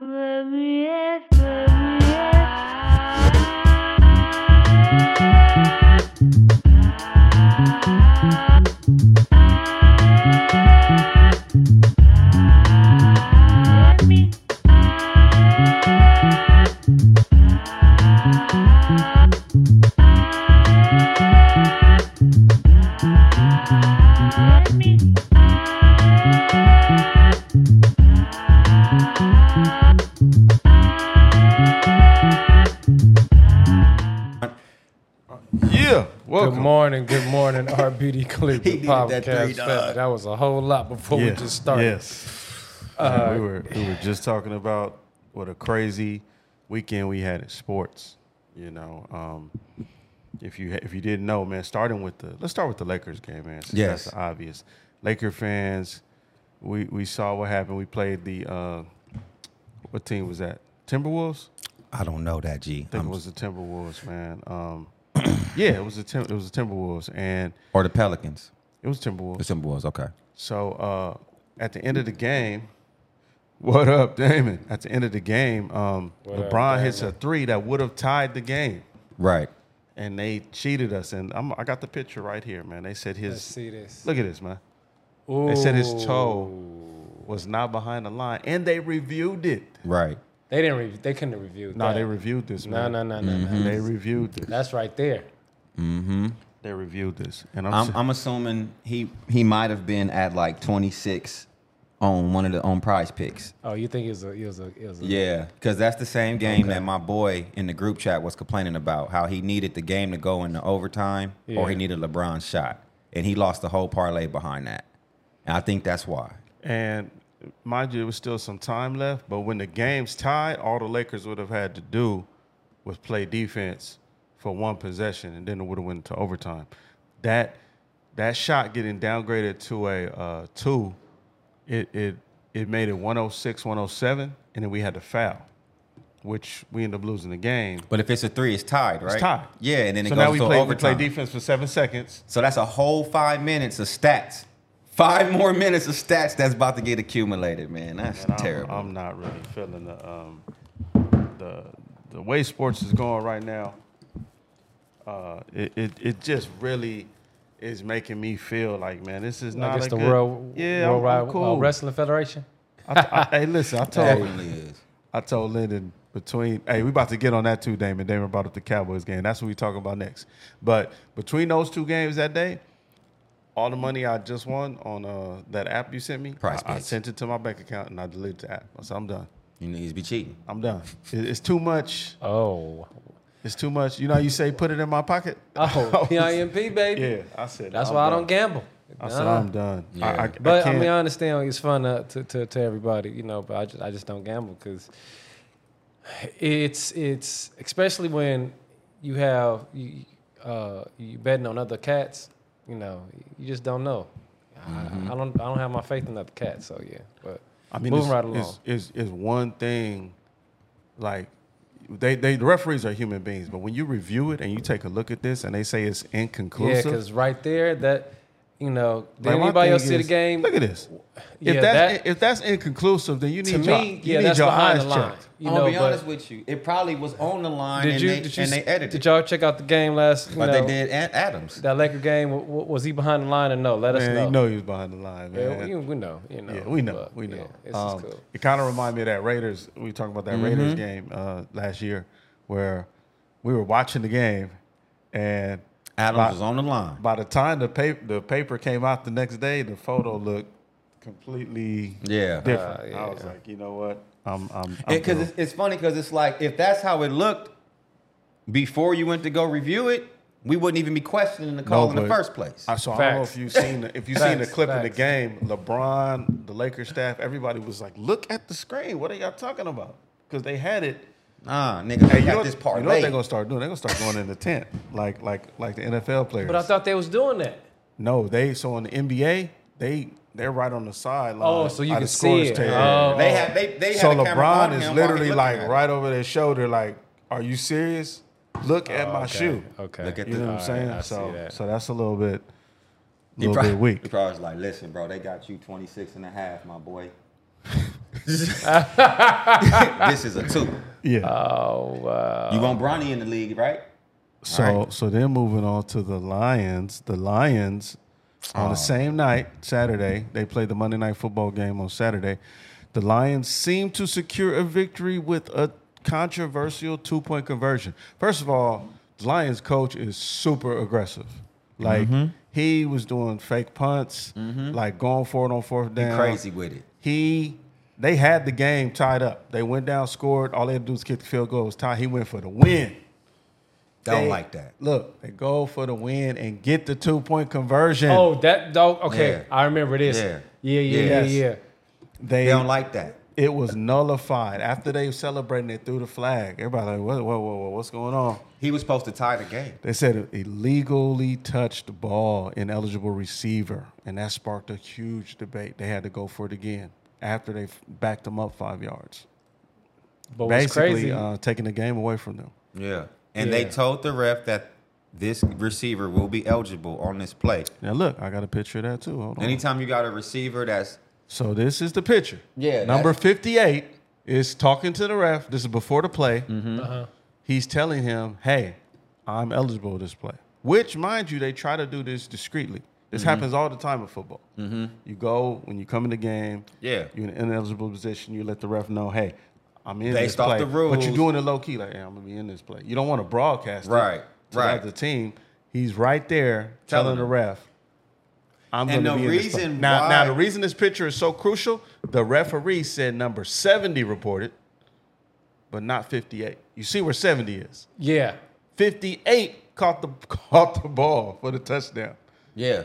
Bermuda, Bermuda. Let me Let me Yeah, Good welcome. morning, good morning, RBD Click He the needed podcast. that three, dog. family. That was a whole lot before we just started. Uh, Yes. we were we were just talking about what a crazy weekend we had in sports. You know, um, if you if you didn't know, man, starting with the let's start with the Lakers game, man. since Yes. that's the obvious. Laker fans, we we saw what happened. We played the uh, what team was that? Timberwolves. I don't know that, G. I think I'm- it was the Timberwolves, man. Um, yeah, it was the Tim- it was the Timberwolves, and or the Pelicans. it was Timberwolves. The Timberwolves, okay. So uh, at the end of the game, what up, Damon? At the end of the game, um, What up, LeBron hits a three that would have tied the game, Right. and they cheated us. And I'm, I got the picture right here, man. They said Let's his see this. look at this, man. They said his toe Ooh. was not behind the line, and they reviewed it. Right. They didn't. Re- they couldn't review. No, they reviewed this, No, man. no, no, no, no. They reviewed this. That's right there. They reviewed this, and I'm, I'm, sa- I'm assuming he he might have been at like 26 on one of the on prize picks. Oh, you think it was a? It was a. It was a Yeah, because that's the same game that my boy in the group chat was complaining about how he needed the game to go into overtime or he Yeah. needed LeBron's shot, and he lost the whole parlay behind that. And I think that's why. And mind you, it was still some time left. But when the game's tied, all the Lakers would have had to do was play defense for one possession, and then it would have went to overtime. That that shot getting downgraded to a uh, two, it it it made it 106, 107, and then we had to foul, which we ended up losing the game. But if it's a three, it's tied, right? tied. Yeah, and then it so goes now we to play, we play overtime. defense for seven seconds. So that's a whole five minutes of stats. Five more minutes of stats that's about to get accumulated, man. That's And I'm- terrible. I'm, not really feeling the um, the the way sports is going right now. Uh, it, it it just really is making me feel like man, this is Like not it's a the good, world. yeah, I'm- Worldwide I'm, uh, cool. Wrestling Federation. I, I, hey, listen, I told is. I told Lyndon between hey, we about to get on that too, Damon. Damon brought up the Cowboys game. That's what we talking about next. But between those two games that day, all the money I just won on uh, that app you sent me, Prize I, I Picks. sent it to my bank account and I deleted the app. I said I'm done. You niggas be cheating. I'm done. It- It's too much. Oh. It's too much. You know, how you say put it in my pocket. Oh. PIMP baby. yeah, I said. That's I'm why I done. don't gamble. I No, said no. I'm done. I- I, Yeah. I But I, can't. mean, I understand it's fun to to, to, to everybody, you know. But I just I just don't gamble because it's it's especially when you have you uh, you betting on other cats, you know. You just don't know. I, I don't I don't have my faith in other cats, so yeah. But Mm-hmm. I mean, moving it's, right along. It's, it's, it's one thing, like they they the referees are human beings, but when you review it and you take a look at this and they say it's yeah, inconclusive. because right there that you know did like, my anybody thing else see the is, game? Look at this. Yeah, if that's that- if that's inconclusive, then you need to your, me, you yeah, need that's your behind eyes the line. checked. You I'm gonna know, be but honest with you. It probably was on the line did and, you, they, did you and they s- edited Did y'all check out the game last? You it. But know, they did at Adams. That Laker game, w- w- was he behind the line or no? Let us Man, know. you know he was behind the line, man. Yeah, we, we know. You know. Yeah, we know. but, we know. yeah, this Um, is cool. It kind of reminded me of that Raiders. We were talking about that Raiders game uh, last year where we were watching the game and Adams by, was on the line. by the time the paper, the paper came out the next day, the photo looked completely Yeah. different. Uh, yeah. I was like, you know what? I'm I'm, I'm Because through. it's, it's funny because it's like if that's how it looked before you went to go review it, we wouldn't even be questioning the call in the but- first place. I, so I don't know Facts. if you've seen the, if you've seen the Facts, clip in the facts. game. LeBron, the Lakers staff, everybody was like, "Look at the screen. What are y'all talking about?" Because they had it Nah, nigga, Hey, you know, I got what- this you know what parlay. they're gonna start doing? They're gonna start going in the tent, like like like the NFL players. But I thought they was doing that. no, they so in the NBA, they they're right on the sideline. Oh, so you by can the see scorer's it. table. Oh. they had they they had so a camera LeBron on him is while he literally looking like at it. right over their shoulder, like, "Are you serious? Look at my shoe." Okay. Look at You know what I'm saying? Alright, I see so that. so that's a little bit, He little prob- bit weak. He probably was like, listen, bro, they got you 26 and a half, my boy. this is a two. Yeah. Oh wow. You want Bronny in the league, right? So so then moving on to the Lions. The Lions on the same night, Saturday, they played the Monday night football game on Saturday. The Lions seemed to secure a victory with a controversial two point conversion. First of all, the Lions coach is super aggressive. Like he was doing fake punts, like going for it on fourth down Crazy with it. he they had the game tied up. They went down, scored. All they had to do was kick the field goal. It was tied. He went for the win. Don't They- like that. Look, they go for the win and get the two point conversion. Oh, that dog. Okay, Yeah. I remember this. Yeah. Yeah, yeah, yeah, yeah. Yes. yeah. they They don't like that. it was nullified after they were celebrating. They threw the flag. Everybody like, whoa, whoa, whoa, whoa, what's going on? He was supposed to tie the game. They said illegally touched ball, ineligible receiver, and that sparked a huge debate. They had to go for it again after they backed them up five yards, But what's basically Oh, crazy? uh, taking the game away from them. Yeah. And they Yeah. told the ref that this receiver will be eligible on this play. Now look, I got a picture of that too. Hold on. Anytime you got a receiver that's So this is the picture. Yeah, Number 58 is talking to the ref. This is before the play. uh-huh. He's telling him, hey, I'm eligible to this play. Which, mind you, they try to do this discreetly. This happens all the time in football. You go, when you come in the game, Yeah. you're in an ineligible position, you let the ref know, hey, I'm in Based this off play. the But you're rules. doing it low key, like, hey, I'm going to be in this play. You don't want to broadcast it Right, to right. the other team. He's right there Telling telling, the him. ref, I'm And gonna the be in this reason play. now, now why- the reason this picture is so crucial, the referee said number seventy reported, but not fifty-eight. You see where seventy is? yeah. Fifty-eight caught the caught the ball for the touchdown. Yeah.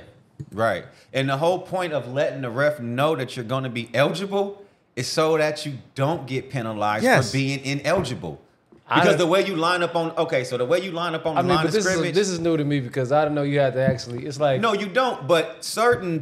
Right. And the whole point of letting the ref know that you're going to be eligible is so that you don't get penalized Yes. for being ineligible. I Because don't- the way you line up on okay, so the way you line up on the I mean, line but of this scrimmage. is this is new to me because I don't know you had to actually. It's like no, you don't, but certain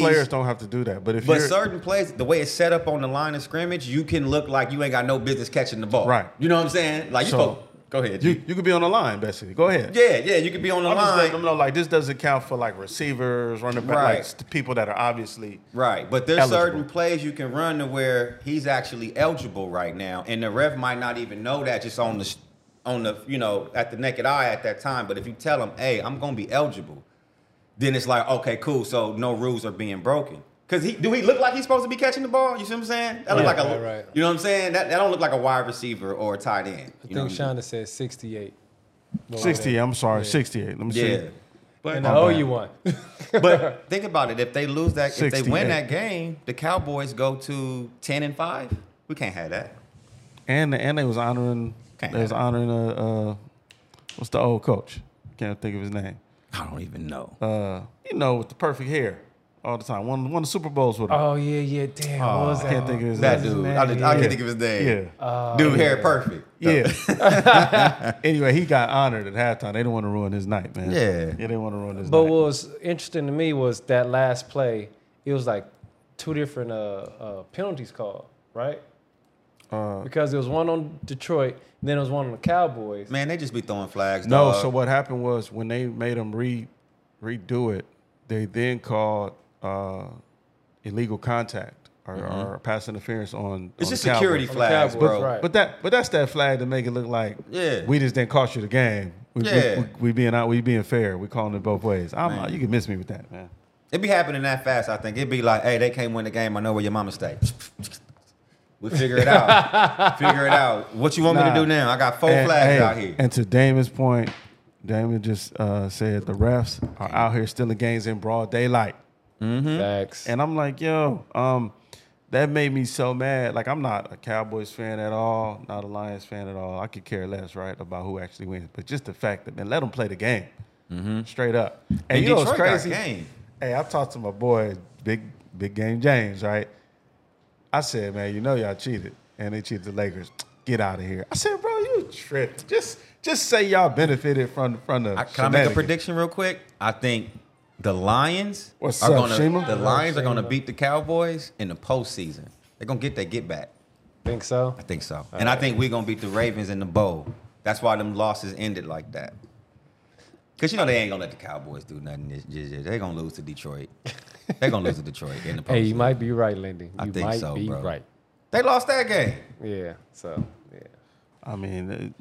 Most players don't have to do that, but if but you're certain plays, the way it's set up on the line of scrimmage, you can look like you ain't got no business catching the ball. Right. You know what I'm saying? Like you So- supposed- go ahead. you, you could be on the line, basically. Go ahead. yeah, yeah, you could be on the I'm just letting them line. know like this doesn't count for like receivers, running back, Right. like st- people that are obviously Right. But there's Eligible. certain plays you can run to where he's actually eligible right now. And the ref might not even know that just on the s- on the, you know, at the naked eye at that time. But if you tell him, hey, I'm gonna be eligible, then it's like, okay, cool. So no rules are being broken. Cause he do he look like he's supposed to be catching the ball? You see what I'm saying? That look Right, like a, right, right. you know what I'm saying? That, that don't look like a wide receiver or a tight end. I You know think what I'm Shonda said sixty-eight. Well, sixty. I'm sorry, Yeah. sixty-eight. Let me Yeah. see. And But, the My bad. OU one. but think about it. If they lose that, if they win 68. that game, the Cowboys go to ten and five. We can't have that. And and they was honoring Can't they was have honoring uh, uh what's the old coach? Can't think of his name. I don't even know. Uh you know with the perfect hair all the time. Won won the Super Bowls with him. Oh yeah, yeah. Damn, what was that? I can't think of his that name. dude. name? I, did, I Yeah. can't think of his name. Yeah. Oh, Dude, yeah. hair perfect. yeah. anyway, he got honored at halftime. They didn't want to ruin his night, man. Yeah. Yeah, they want to ruin his But night. what was interesting to me was that last play. It was like two different uh, uh, penalties called, right? Uh, because there was one on Detroit, and then there was one on the Cowboys. Man, they just be throwing flags. No, dog. so what happened was when they made him re redo it, they then called uh, illegal contact or, or pass interference on. Mm-hmm. it's on just the Cowboys. security On the flags, Cowboys, bro. right. But that, but that's that flag to make it look like Yeah. we just didn't cost you the game. We, we- Yeah. we, we being out, we being fair. We calling it both ways. I'm not, you can miss me with that, man. It'd be happening that fast. I think it'd be like, hey, they can't win the game. I know where your mama stay. We figure it out. figure it out. What you want me Nah. to do now? I got four and, flags hey, out here. And to Damon's point, Damon just uh, said the refs are out here stealing games in broad daylight. Facts. Mm-hmm. And I'm like, yo, um, that made me so mad. Like, I'm not a Cowboys fan at all, not a Lions fan at all. I could care less, right, about who actually wins. But just the fact that, man, let them play the game straight up. And, Mm-hmm. And you know what's Detroit got crazy? game. Hey, I talked to my boy, Big Big Game James, right? I said, man, you know y'all cheated, and they cheated the Lakers. Get out of here. I said, bro, you tripped. Just just say y'all benefited from from the. I, can I make a shenanigans." prediction real quick? I think the Lions What's are up, gonna Shima? the Hello, Lions are gonna Shima. beat the Cowboys in the postseason. They're gonna get their get back. think so? I think so. and I think we're gonna beat the Ravens in the bowl. That's why them losses ended like that. Cause you know they ain't gonna let the Cowboys do nothing. This- this- this- They're gonna lose to Detroit. They're gonna lose to Detroit in the postseason. Hey, you might be right, Lindy. You I think might so, be bro. right. They lost that game. Yeah. So yeah. I mean, it-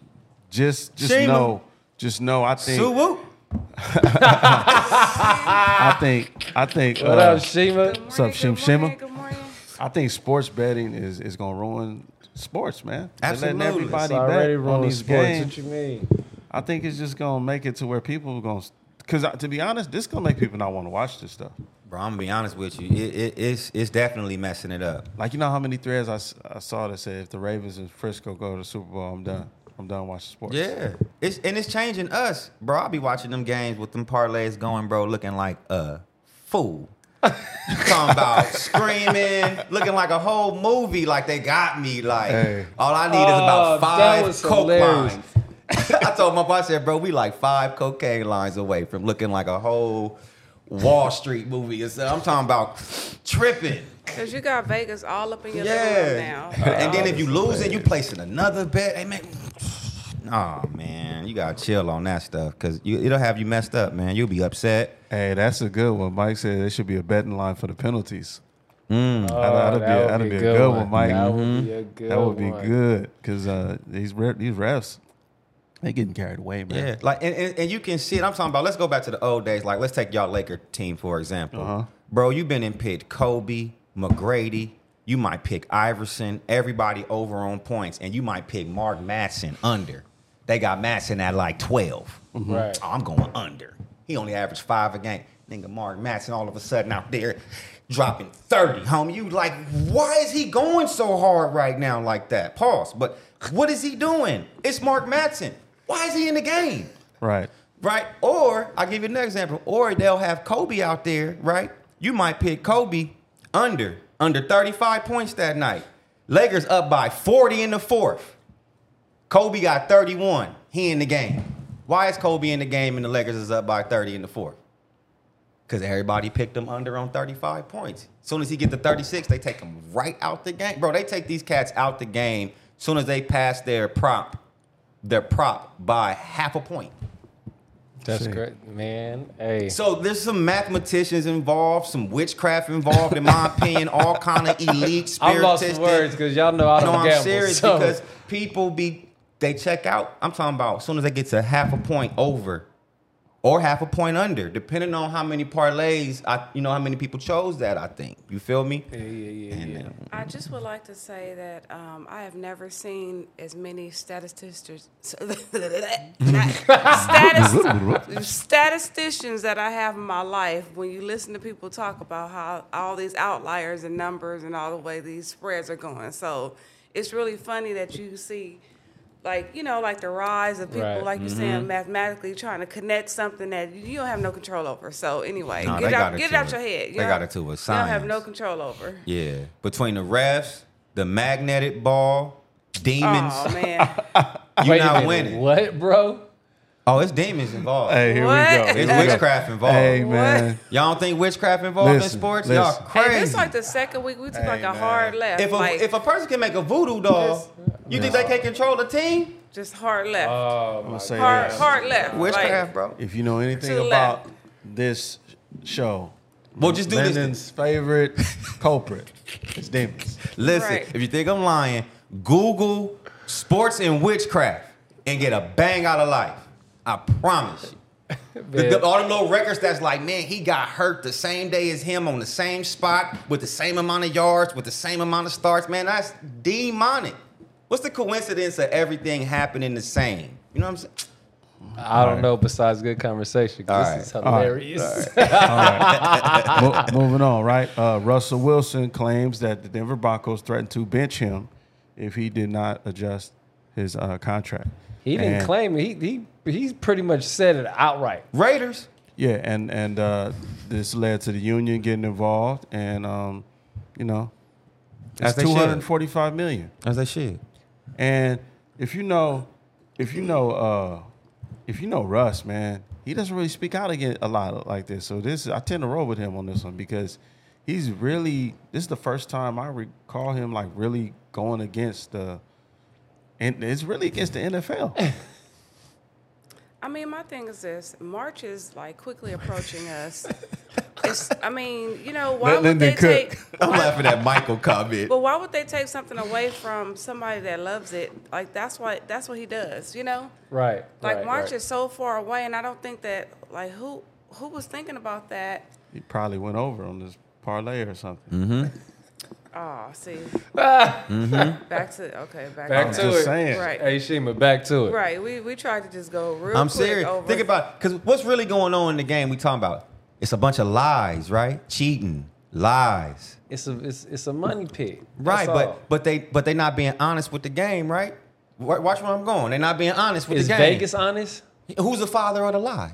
just just Shima. know, just know. I think Sue Woo. I think I think Ah. What uh, up, Shima? Good Sup, morning, good Shim morning, Shimma? Good morning. I think sports betting is is gonna ruin sports, man. They're letting Absolutely. everybody It's bet already on wrong these sports. games. What you mean? I think it's just gonna make it to where people are gonna. Because to be honest, this gonna make people not want to watch this stuff. Bro, I'm gonna be honest with you. It, it, it's it's definitely messing it up. Like you know how many threads I, s- I saw that said if the Ravens and Frisco go to the Super Bowl, I'm done. I'm done watching sports. Yeah, it's and it's changing us, bro. I be watching them games with them parlays going, bro, looking like a fool. Talking about screaming, looking like a whole movie, like they got me. Like Hey. all I need is Oh, about that five was coke hilarious. lines. I told my boss, I said, bro, we like five cocaine lines away from looking like a whole Wall Street movie. Or something. I'm talking about tripping. Cause you got Vegas all up in your living room Yeah. now. and then if you lose it, you placing another bet. Hey man. Oh man, you gotta chill on that stuff because you, it'll have you messed up, man. You'll be upset. Hey, that's a good one. Mike said there should be a betting line for the penalties. Oh, that'd be a- that'd be a good one, Mike. Mm-hmm. That would be a good that would be one. good because uh, these re- these refs, they getting carried away, man. Yeah, like and, and, and you can see it. I'm talking about. Let's go back to the old days. Like let's take y'all Laker team for example, Uh-huh. bro. You've been in pit Kobe, McGrady. You might pick Iverson. Everybody over on points, and you might pick Mark Matson under. They got Matson at like 12 Right. Oh, I'm going under. He only averaged five a game. Nigga, Mark Matson all of a sudden out there dropping 30, homie. You like, why is he going so hard right now like that? Pause. But what is he doing? It's Mark Matson. Why is he in the game? Right. Right? Or I'll give you another example. Or they'll have Kobe out there, right? You might pick Kobe under, under 35 points that night. Lakers up by 40 in the fourth. Kobe got 31. He in the game. Why is Kobe in the game and the Lakers is up by 30 in the fourth? Because everybody picked him under on 35 points. soon as he get to 36, they take him right out the game. Bro, they take these cats out the game soon as they pass their prop, their prop by half a point. That's Shit. great, man. Hey, So there's some mathematicians involved, some witchcraft involved, in my opinion, all kind of elite spiritistic. I've lost some words because y'all know I no, don't I'm gamble. serious so- because people be they check out. I'm talking about as soon as they get to half a point over or half a point under, depending on how many parlays I you know how many people chose that. I think you feel me. um, yeah, yeah, yeah, yeah. I just would like to say that um, I have never seen as many statisticians, statist, statisticians that I have in my life. When you listen to people talk about how all these outliers and numbers and all the way these spreads are going, so it's really funny that you see, like you know, like the rise of people, Right. like you're saying, mathematically trying to connect something that you don't have no control over. So anyway, No, get they it got out, it get it to out a- your head. they You don't- got it to a You don't have no science. control over. Yeah, between the refs, the magnetic ball, demons, Oh man. you're Wait a not minute, winning. What, bro? Oh, it's demons involved. Hey, here we go. What? Here It's we go. witchcraft involved. Hey What? man, Y'all don't think witchcraft involved Listen, in sports? listen. Y'all Hey, crazy. this like the second week we took Hey, like a man. hard left. if a, like if a person can make a voodoo doll, Just- you think they can control a team? just hard left. Oh, I'm my gonna say hard this. hard left. Witchcraft, Like, bro. If you know anything To the about left. this show, Well, just do this. Landon's favorite culprit is demons. Listen, Right. if you think I'm lying, Google sports and witchcraft and get a bang out of life. I promise you. The- man. the- all the little records that's like, man, he got hurt the same day as him on the same spot with the same amount of yards, with the same amount of starts. Man, that's demonic. What's the coincidence of everything happening the same? You know what I'm saying? I don't know. Besides good conversation, 'cause All this right, is hilarious. Mo- moving on, right? Uh, Russell Wilson claims that the Denver Broncos threatened to bench him if he did not adjust his uh, contract. he didn't And- claim it. He he he's pretty much said it outright. Raiders. Yeah, and and uh, this led to the union getting involved, and um, you know, As it's they two should. hundred forty-five million. As they should. And if you know, if you know, uh, if you know Russ, man, he doesn't really speak out again a lot like this. So this, I tend to roll with him on this one because he's really. This is the first time I recall him like really going against the, and it's really against the NFL. I mean, my thing is this: March is like quickly approaching us. it's, I mean, you know, why Let would Lyndon they cook. take? I'm laughing at Michael comment. But why would they take something away from somebody that loves it? Like that's what that's what he does, you know. Right. Like right, March right. is so far away, and I don't think that like who who was thinking about that. He probably went over on this parlay or something. Oh, see, back to okay, back, Back to to, Just it. saying. Right. Hey Shima, back to it. right. We we tried to just go real. I'm quick serious. Over. Think about because what's really going on in the game? We talking about it's a bunch of lies, right? Cheating, lies, It's a it's it's a money pit. right? That's but all. but they but they not being honest with the game, right? Wa- Watch where I'm going. They not being honest with is the game. Vegas honest? Who's the father of the lie?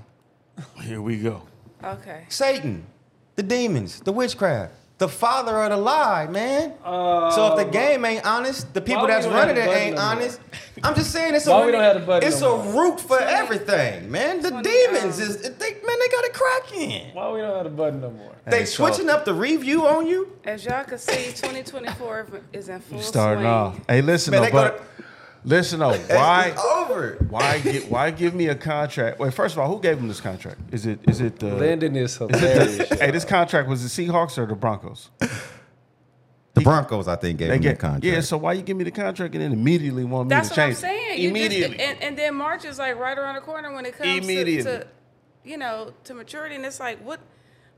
Here we go. okay. Satan, the demons, the witchcraft, the father of the lie, man. so if the game ain't honest, the people Uh, why that's we don't have running the it button ain't no more? honest. I'm just saying it's Why a we don't have the button it's no a more? root for everything, man. The Twenty, demons uh, um, is they, man, they got a crack in. Why we don't have the button no more? They Hey, so- switching up the review on you, As y'all can see, 2024 is in full Starting swing. off. Hey, listen man. though, They got but listen though, why It's over. why give why give me a contract? Wait, first of all, who gave him this contract? Is it is it the Landon is hilarious. Hey, this contract was the Seahawks or the Broncos? The Broncos, I think, gave They him get the contract. Yeah, so why you give me the contract and then immediately want me That's to what I'm change? it? saying. You immediately. Just, and, and then March is like right around the corner when it comes to, Immediately. to, you know, to maturity. And it's like, what,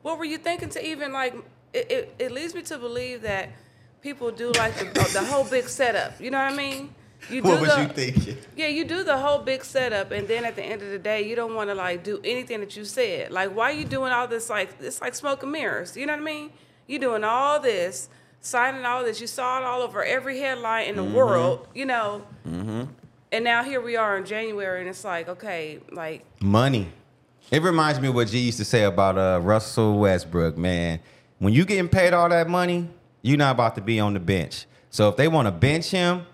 what were you thinking to even like? It, it, it leads me to believe that people do like the, the whole big setup. You know what I mean? You do what was the- you thinking? Yeah, you do the whole big setup, and then at the end of the day, you don't want to like do anything that you said. Like, why you doing all this? Like, it's like smoke and mirrors. You know what I mean? You doing all this, signing all this. You saw it all over every headline in the Mm-hmm. world. You know. And now here we are in January, and it's like, okay, like Money. It reminds me of what G used to say about uh, Russell Westbrook, man. When you getting paid all that money, you're not about to be on the bench. So if they want to bench him,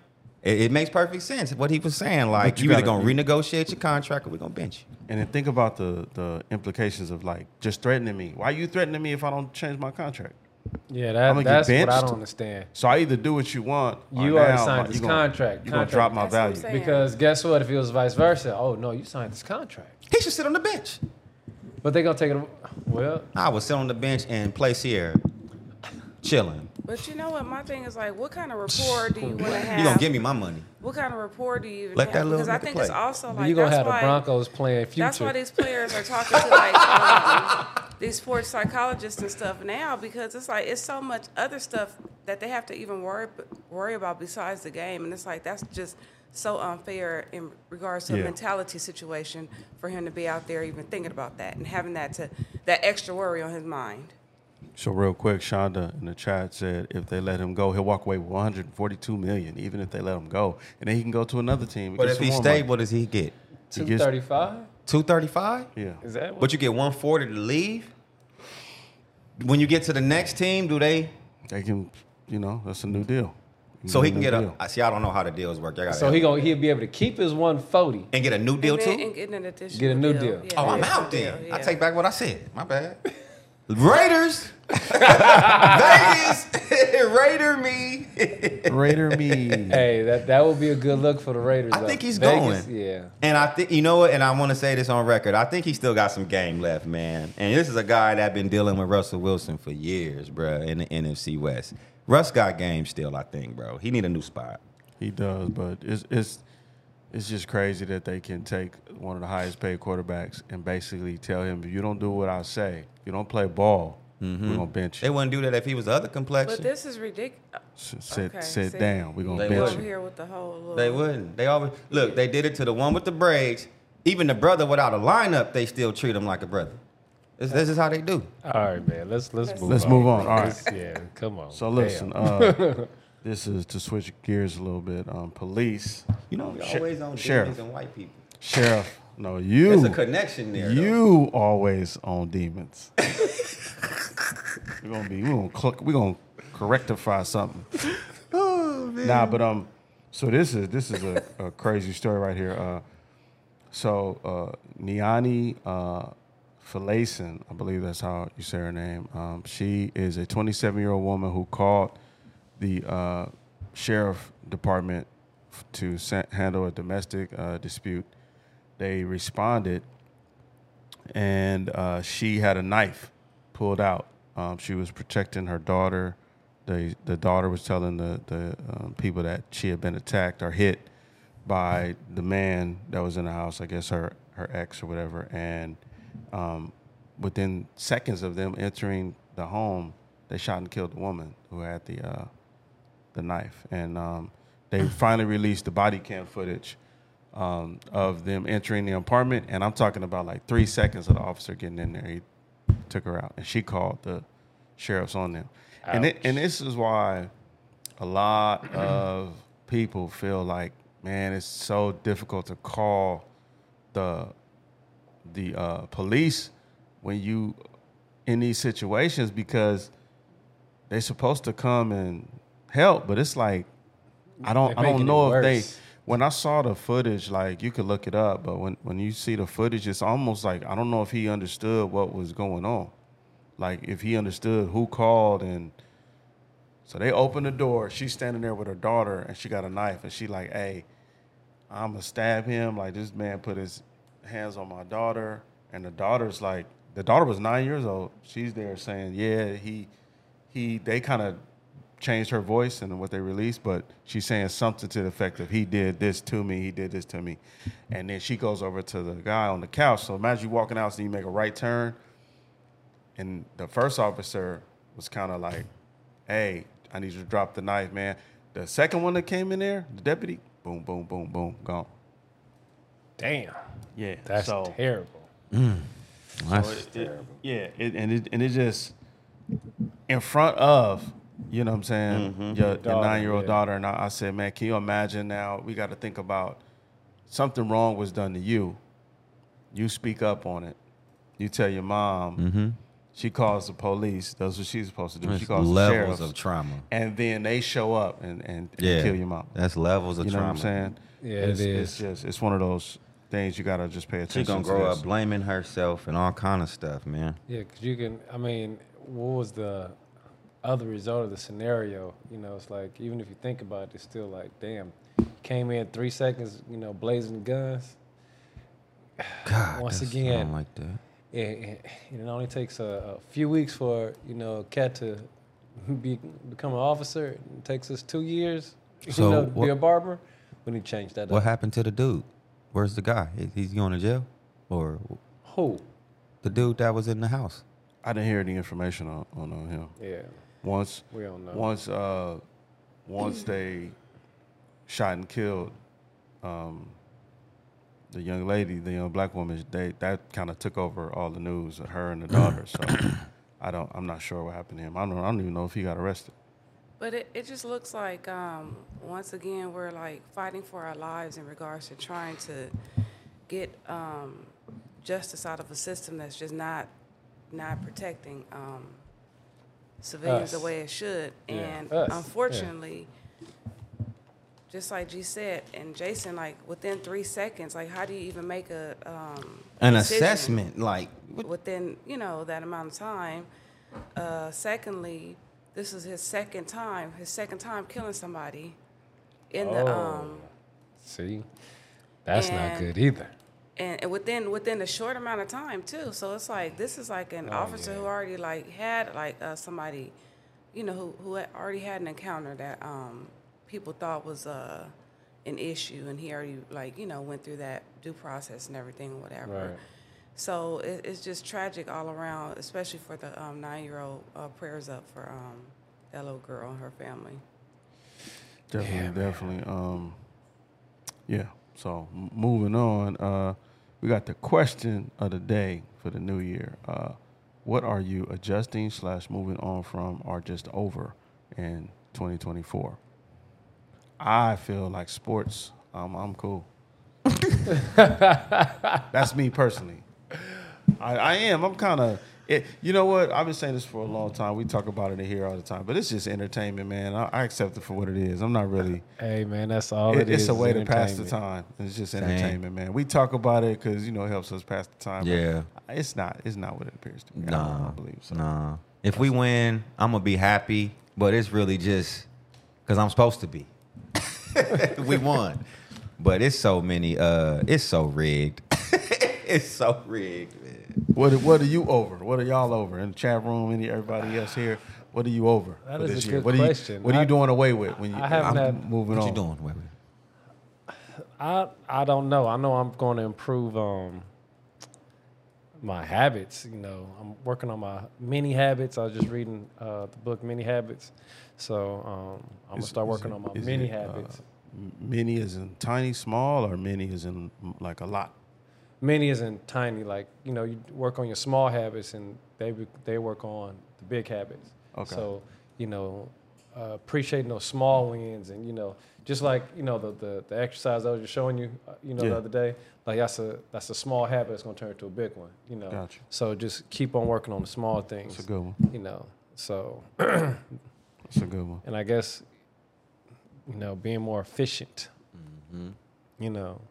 it, it makes perfect sense what he was saying. Like you you, either gotta- gonna renegotiate your contract or we're gonna bench you. And then think about the the implications of like just threatening me. Why you threatening me if I don't change my contract? yeah, I'm that, gonna get that's what I benched. don't understand. So I either do what you want. Or You already now, signed like, this you gonna- contract. You gonna Contract. drop my That's what I'm value? saying. Because guess what? If it was vice versa, oh no, you signed this contract. He should sit on the bench. But they're gonna take it. Well, I would sit on the bench and play Sierra, chilling. but you know what? My thing is like, what kind of rapport do you want to You gonna have? give me my money? what kind of rapport do you even Let have? that little because I nigga think it's play. also like you gonna that's have the why Broncos playing future. That's why these players are talking to like um, these sports psychologists and stuff now because it's like it's so much other stuff that they have to even worry worry about besides the game, and it's like that's just so unfair in regards to Yeah. a mentality situation for him to be out there even thinking about that and having that to that extra worry on his mind. So real quick, Shonda in the chat said if they let him go, he'll walk away with 142 million, even if they let him go, and then he can go to another team. and But get if some he more stayed, money. what does he get? he two gets- thirty-five. Two thirty-five. yeah, Is that what? But you get one forty to leave. When you get to the next team, do they? they can, you know, that's a new deal. So he can New get a. deal. I see. I don't know how the deals work. I gotta so he gonna he'll be able to keep his one forty. and get a new deal and then- too. and getting an additional Get a new deal. Yeah, Oh, I'm additional out then. deal, I yeah. take back what I said. My bad. Raiders, Vegas, Raider me. Raider me. Hey, that that would be a good look for the Raiders. I though. think he's Vegas, going. Yeah. And I think you know what, and I want to say this on record. I think he still got some game left, man. And this is a guy that been dealing with Russell Wilson for years, bruh, in the NFC West. Russ got game still, I think, bro. He need a new spot. He does, but it's it's it's just crazy that they can take one of the highest paid quarterbacks and basically tell him if you don't do what I say, you don't play ball, we're gonna bench Mm-hmm. They you. wouldn't do that if he was the other But complexion. this is ridiculous. S- sit okay, sit see. down. We're gonna They bench would. Over you. here with the whole little They wouldn't. They always look. They did it to the one with the braids. Even the brother without a lineup, they still treat him like a brother. This, this is how they do. All right, man. Let's let's move. Let's on. move on. All right. Let's- Yeah. Come on. So listen, uh, this is to switch gears a little bit. Um, police, You know, we Sh- always on Sheriff. demons and white people. sheriff. No, There's you. a connection there. though. You always on demons. we're gonna be we gonna cl- we gonna correctify something. Oh, Nah, but um, so this is this is a, a crazy story right here. Uh, so uh, Niani uh, Felason, I believe that's how you say her name. Um, she is a 27 year old woman who called the uh, sheriff department f- to sa- handle a domestic uh, dispute. They responded, and uh, she had a knife. pulled out. Um, she was protecting her daughter. The the daughter was telling the the um, people that she had been attacked or hit by the man that was in the house. I guess her her ex or whatever. And um, within seconds of them entering the home, they shot and killed the woman who had the uh, the knife. And um, they finally released the body cam footage um, of them entering the apartment. And I'm talking about like three seconds of the officer getting in there. He took her out, and she called the sheriffs on them. And it, and this is why a lot of people feel like, man, it's so difficult to call the the uh, police when you in these situations because they're supposed to come and help, but it's like I don't They're I don't making know it if they worse. when I saw the footage, like you could look it up, but when, when you see the footage, it's almost like I don't know if he understood what was going on. Like if he understood who called and so they open the door, she's standing there with her daughter and she got a knife and she like, hey, I'ma stab him. Like this man put his hands on my daughter. And the daughter's like the daughter was nine years old. She's there saying, Yeah, he he they kind of changed her voice and what they released, but she's saying something to the effect of he did this to me, he did this to me. And then she goes over to the guy on the couch. So imagine you walking out and you make a right turn and the first officer was kind of like, "Hey, I need you to drop the knife, man." The second one that came in there, the deputy, boom, boom, boom, boom, gone. Damn, Yeah, that's terrible. That's- yeah, it, and it and it just in front of you know what I'm saying Mm-hmm. your, Daughter, nine year old yeah. daughter, and I, I said, man, can you imagine now? We got to think about something wrong was done to you. You speak up on it. You tell your mom. Mm-hmm. She calls the police. That's what she's supposed to do. She That's calls the levels sheriff. of trauma. and then they show up and, and, and Yeah, kill your mom. That's levels of you know trauma. what I'm saying? Yeah, it it's, It's is. just it's one of those things you gotta just pay attention. She's gonna to grow this. up blaming herself and all kind of stuff, man. Yeah, because you can. I mean, what was the other result of the scenario? You know, it's like even if you think about it, it's still like, damn, came in three seconds. You know, blazing guns. God, Once that's- I again. don't like that. It, it, it only takes a, a few weeks for you know a cat to be become an officer. It takes us two years. So you know, to what- be a barber. We need to change that What up. happened to the dude? Where's the guy? He- He's going to jail, or Who? the dude that was in the house? I didn't hear any information on, on, on him. Yeah, Once we don't know. once uh once they shot and killed um the young lady, the young black woman, they that kind of took over all the news. Her and the daughter. So I don't. I'm not sure what happened to him. I don't. I don't even know if he got arrested. But it, it just looks like, um, once again, we're like fighting for our lives in regards to trying to get um, justice out of a system that's just not not protecting um, civilians the Us. way it should. Yeah. And Us, yeah. unfortunately, just like G said and Jason, like within three seconds, like how do you even make a um, An decision? assessment, like what- within you know that amount of time. Uh, secondly, this is his second time, his second time killing somebody in the um See, that's not and- good either. and, and within within a short amount of time too. So it's like this is like an officer who already like had like uh, somebody, you know, who who had already had an encounter that um people thought was uh an issue, and he already like you know went through that due process and everything, or whatever. Right. So it, it's just tragic all around, especially for the um, nine-year-old. Uh, prayers up for um, that little girl and her family. Definitely, definitely. Um, yeah. So m- moving on, uh, we got the question of the day for the new year. Uh, what are you adjusting slash moving on from or just over in 2024? I feel like sports. Um, I'm cool. That's me personally. I, I am. I'm kind of. You know what? I've been saying this for a long time. We talk about it in here all the time, but it's just entertainment, man. I, I accept it for what it is. I'm not really. Hey man, that's all it- it's is, a is way to pass the entertainment. time. It's just Same. entertainment, man. We talk about it because you know it helps us pass the time. but Yeah. it's not. It's not what it appears to be. I don't- I Nah, don't believe so. nah. If we win, I'm gonna be happy, but it's really just because I'm supposed to be. we won, but it's so many. Uh, it's so rigged. it's so rigged, man. What What are you over? What are y'all over in the chat room? Any everybody else here? What are you over That for is a this year? good what Are you, question. what are I- you doing away with when you? I am haven't had- moving What on. you doing, Webby? I I don't know. I know I'm going to improve um my habits. You know, I'm working on my mini habits. I was just reading uh, the book Mini Habits, so um, I'm gonna Is- start is working it- on my is mini it, uh, habits. M- Many is in tiny, small, or many is in mm, like a lot. many isn't tiny. Like you know, you work on your small habits, and they they work on the big habits. Okay. So you know, uh, appreciating those small wins, and you know, just like you know the the, the exercise I was just showing you, uh, you know, Yeah. the other day. Like that's a that's a small habit that's gonna turn into a big one. You know. Gotcha. So just keep on working on the small things. That's a good one. You know. So That's a good one. and I guess you know being more efficient. Mm-hmm. You know,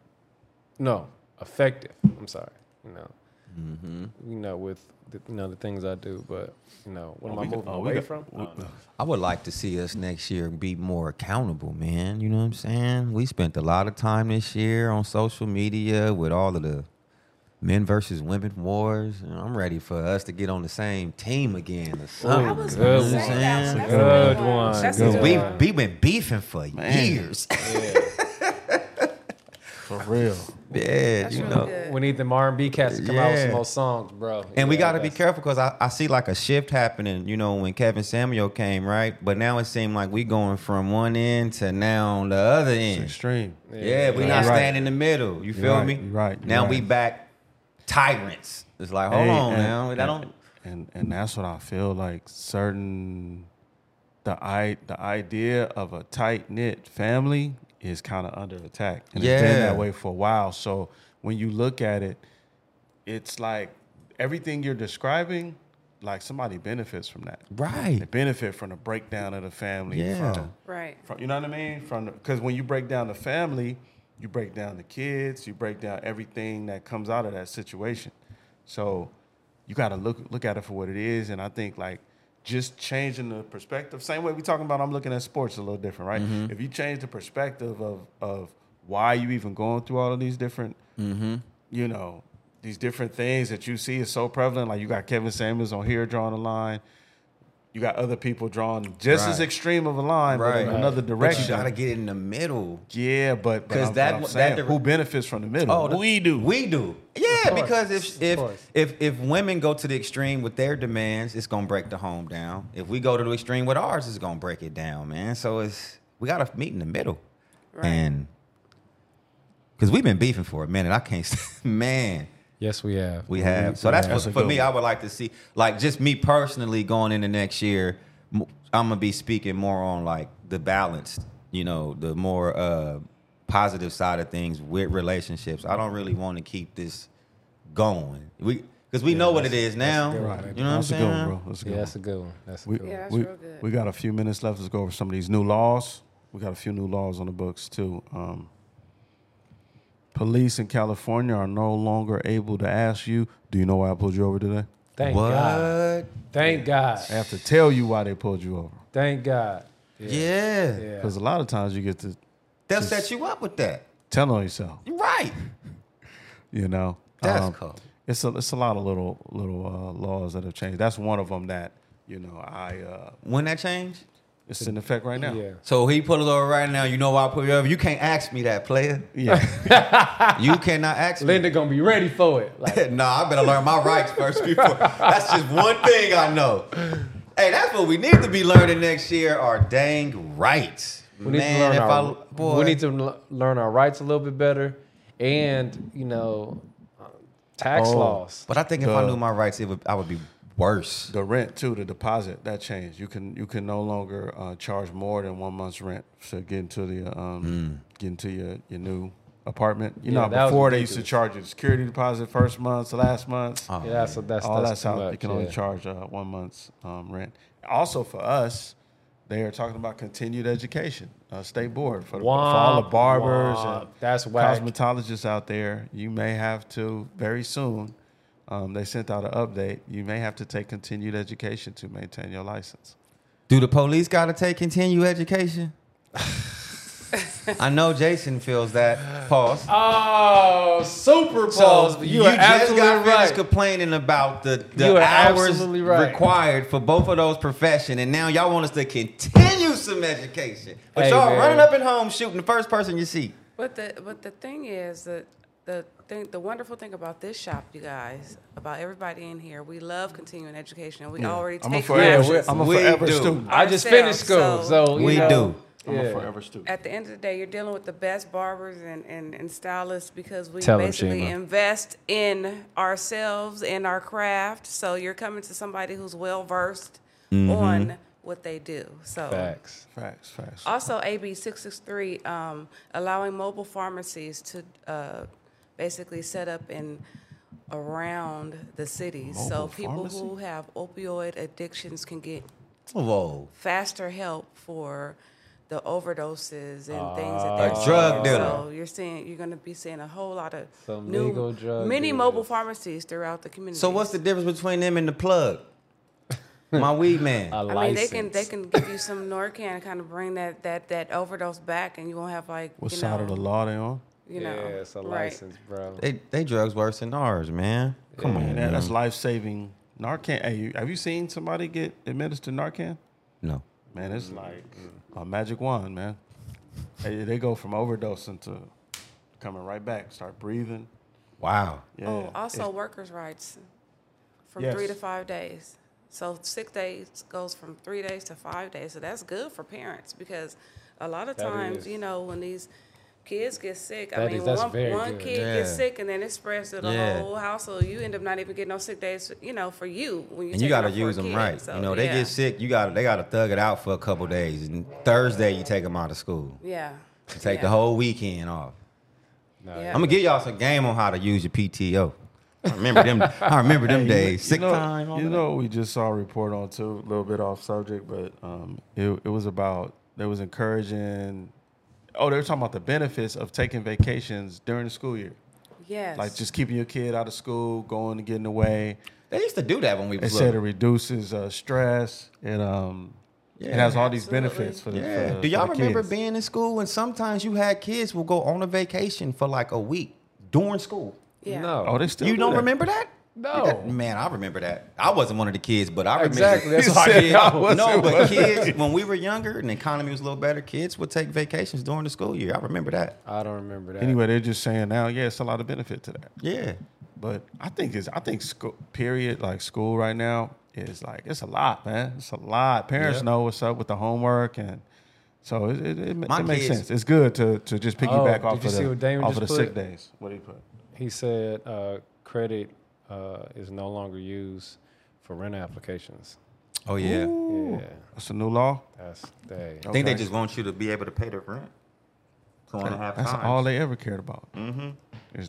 no effective. I'm sorry. You know Mm-hmm. you know, with the, you know the things I do, but you know, what am I We got- moving oh, we away got- from? we- I don't know. I would like to see us next year be more accountable, man. You know what I'm saying? We spent a lot of time this year on social media with all of the men versus women wars. And I'm ready for us to get on the same team again or something. I was You gonna know Good say what I'm one. that. saying? one. That's Good a good one. one. That's Good a good We've one. we been beefing for years. For real. yeah, you really know. good. We need them R and B cats to come out with some Yeah. more songs, bro. And we Yeah, got to be that's- careful because I, I see like a shift happening, you know, when Kevin Samuel came, right? But now it seems like we going from one end to now the other It's end. extreme. Yeah, we You're not right. staying in the middle. You feel right, me? you're right, you're now we right. back tyrants. It's like, hold Hey, on and- now. I and- don't. And and that's what I feel like. Certain the i the idea of a tight knit family is kind of under attack, and it's been Yeah. that way for a while. So when you look at it, it's like everything you're describing. Like somebody benefits from that. They Right. benefit from the breakdown of the family. Yeah. From, Right. from you know what I mean? From because when you break down the family, you break down the kids, you break down everything that comes out of that situation. So you got to look look at it for what it is, and I think like just changing the perspective. Same way we talking about, I'm looking at sports a little different, right? If you change the perspective of of why you even going through all of these different, you know, these different things that you see is so prevalent. Like you got Kevin Samuels on here drawing a line. You got other people drawing just as Right. extreme of a line, but in Right. another But you direction. got to get in the middle. yeah, but Because because that- that, that saying, dir- who benefits from the middle? the- we do. We do. Yeah, course. because Of if if, course. if if women go to the extreme with their demands, it's gonna break the home down. If we go to the extreme with ours, it's gonna break it down, man. So it's we gotta meet in the middle, Right. and because we've been beefing for a minute, I can't. st- man, Yes, we have. we have. So that's That's what a for good me. one. I would like to see, like, just me personally going into next year. m- I'm gonna be speaking more on like the balanced, you know, the more uh, positive side of things with relationships. I don't really want to keep this going. We because we know what it is now. You know good one. what I'm That's a good one, saying? bro. That's a good one. Yeah, that's a good one. That's a We, good Yeah, one. that's we, real good. we got a few minutes left. Let's go over some of these new laws. We got a few new laws on the books too. Um, police in California are no longer able to ask you, "Do you know why I pulled you over today?" Thank What? God. Thank They God. have to tell you why they pulled you over. Thank God. Yeah, Yeah. Because a lot of times you get to they'll set you up with that. tell on yourself. You're right. You know, Um, That's cool. It's a it's a lot of little little uh, laws that have changed. That's one of them that you know I uh, When that change? it's in effect right now. Yeah. So he pulls over right now. You know why I pull you over? You can't ask me that, player. yeah. You cannot ask me. Linda gonna be ready for it. Like, nah, I better learn my rights first before. That's just one thing I know. Hey, that's what we need to be learning next year: our dang rights. we need Man, to learn if our I, boy, we need to l- learn our rights a little bit better, and you know, uh, tax Oh. laws. But I think if I Duh. knew my rights, it would I would be worse. The rent too, the deposit that changed. You can you can no longer uh, charge more than one month's rent to get into the um, get into your, your new apartment. You Yeah, that know, was before they used to ridiculous. charge you the security deposit first month, last month. Oh, Yeah, so that's all that's that's too out. much. You can yeah. only charge uh, one month's um, rent. Also for us, they are talking about continued education. Uh, state board for, the, for all the Womp, barbers womp. and That's whack. cosmetologists out there. You may have to very soon. Um, they sent out an update. You may have to take continued education to maintain your license. Do the police got to take continued education? I know Jason feels that. Pause. Oh, super pause. So but you, are absolutely right. complaining about the, You the are hours absolutely right. required for both of those professions, and now y'all want us to continue some education. But Hey, y'all man. running up and home shooting the first person you see. But the but the thing is that the thing the wonderful thing about this shop, you guys, about everybody in here, we love continuing education. and We already I'm a take forever, classes. I'm a We forever do. student. I just ourselves, finished school, so- so, you We know, do. I'm yeah. a forever student. At the end of the day, you're dealing with the best barbers and, and, and stylists because we Tell 'em, basically Shima. invest in ourselves in our craft. So you're coming to somebody who's well versed on what they do. So Mm-hmm. Facts. Facts, facts. Also, AB 663, um, allowing mobile pharmacies to uh, basically set up in around the city. so Mobile people pharmacy? who have opioid addictions can get Whoa. faster help for the overdoses and things Ah, that they're A seeing. drug dealer. So you're seeing you're going to be seeing a whole lot of Some new legal drug many dealers. mobile pharmacies throughout the community. So what's the difference between them and the plug? My weed man. A I mean, they can they license. can give you some Norcan and kind of bring that that that overdose back, and you won't have like What you side know, of the law they on? you know yeah, it's a right. license, bro. They they drugs worse than ours, man. Come on, Man, man. that, that's life saving Narcan. Hey, you, have you seen somebody get administered Narcan? No. Man, Mm, it's like a magic wand, man. Hey, they go from overdosing to coming right back, start breathing. Wow. Yeah. Oh, also It's- workers' rights from Yes. three to five days. So sick days goes from three days to five days. So that's good for parents because a lot of That times, is. you know, when these kids get sick, I That mean, is- that's one, very one good. kid gets Yeah. sick and then it spreads to the Yeah. whole household. You end up not even getting no sick days, you know, for you when you And you got gotta to use them right. So, you know, they yeah. get sick. You got to they gotta thug it out for a couple days, and Thursday you take them out of school. Yeah. You take yeah. the whole weekend off. Nah, Yeah. I'm gonna give y'all some game on how to use your PTO. I remember them. I remember them days. Sick you know, time. all You that. know, what we just saw a report on too, a little bit off subject, but um, it, it was about they was encouraging. Oh, they were talking about the benefits of taking vacations during the school year, Yes. like just keeping your kid out of school, going and getting away. They used to do that when we They was said it little. reduces uh, stress. It um, it Yeah. has all these Absolutely. benefits for the. for the- Yeah. for Do y'all the remember kids. being in school and sometimes you had kids will go on a vacation for like a week during school? yeah. No. Oh, they still. you do don't that. remember that? No. That- man, I remember that. I wasn't one of the kids, but I remember. Exactly, that's what I Yeah. said. I wasn't no, one but of the kids, when we were younger and the economy was a little better, kids would take vacations during the school year. I remember that. I don't remember that. Anyway, they're just saying now, yeah, it's a lot of benefit to that. Yeah. But I think it's I think school period like school right now is like it's a lot, man. It's a lot. Parents Yeah. know what's up with the homework, and so it, it, it, ma- My it makes kids- sense. It's good to to just piggyback Oh, off did you of see the what Damon off of the just sick put? days. What do you put? He said uh, credit uh, is no longer used for rent applications. Oh yeah. Ooh, Yeah. that's a new law. That's they. I think they Okay. just want you to be able to pay the rent. Two and a half That's times. all they ever cared about. Mm-hmm.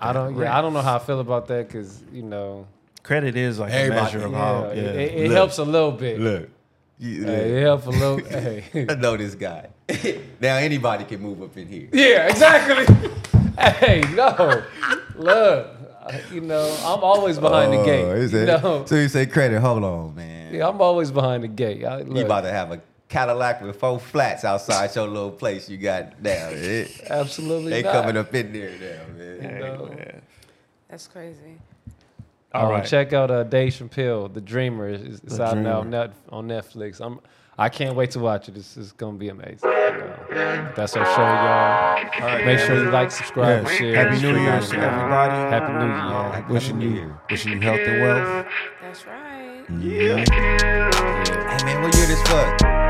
I don't. Yeah, I don't know how I feel about that because you know, Credit is like a Everybody- measure of yeah, how. Yeah. it, it Look. helps a little bit. Look. You- Hey, it helps a little. hey. I know this guy. now anybody can move up in here. Yeah, exactly. hey, no, look, uh, you know, I'm always behind the Oh, gate. is You it? know, So you say credit? Hold on, man. yeah, I'm always behind the gate. I, You look, about to have a Cadillac with four flats outside your little place you got now. eh? absolutely They not. coming up in there now, man. No. Yeah. That's crazy. All All right, right. check out uh, Dave Chappelle, The Dreamer. It's, it's The out now Dreamer. net, on Netflix. I'm, I can't wait to watch it. It's, it's gonna be amazing. you know. That's our show, y'all. Make sure you like, subscribe, Yes. share. Happy New Stream Year's to out. everybody. Happy New Year. Uh, wishing you wishing you health and wealth. That's right. Hey man, what year this fuck?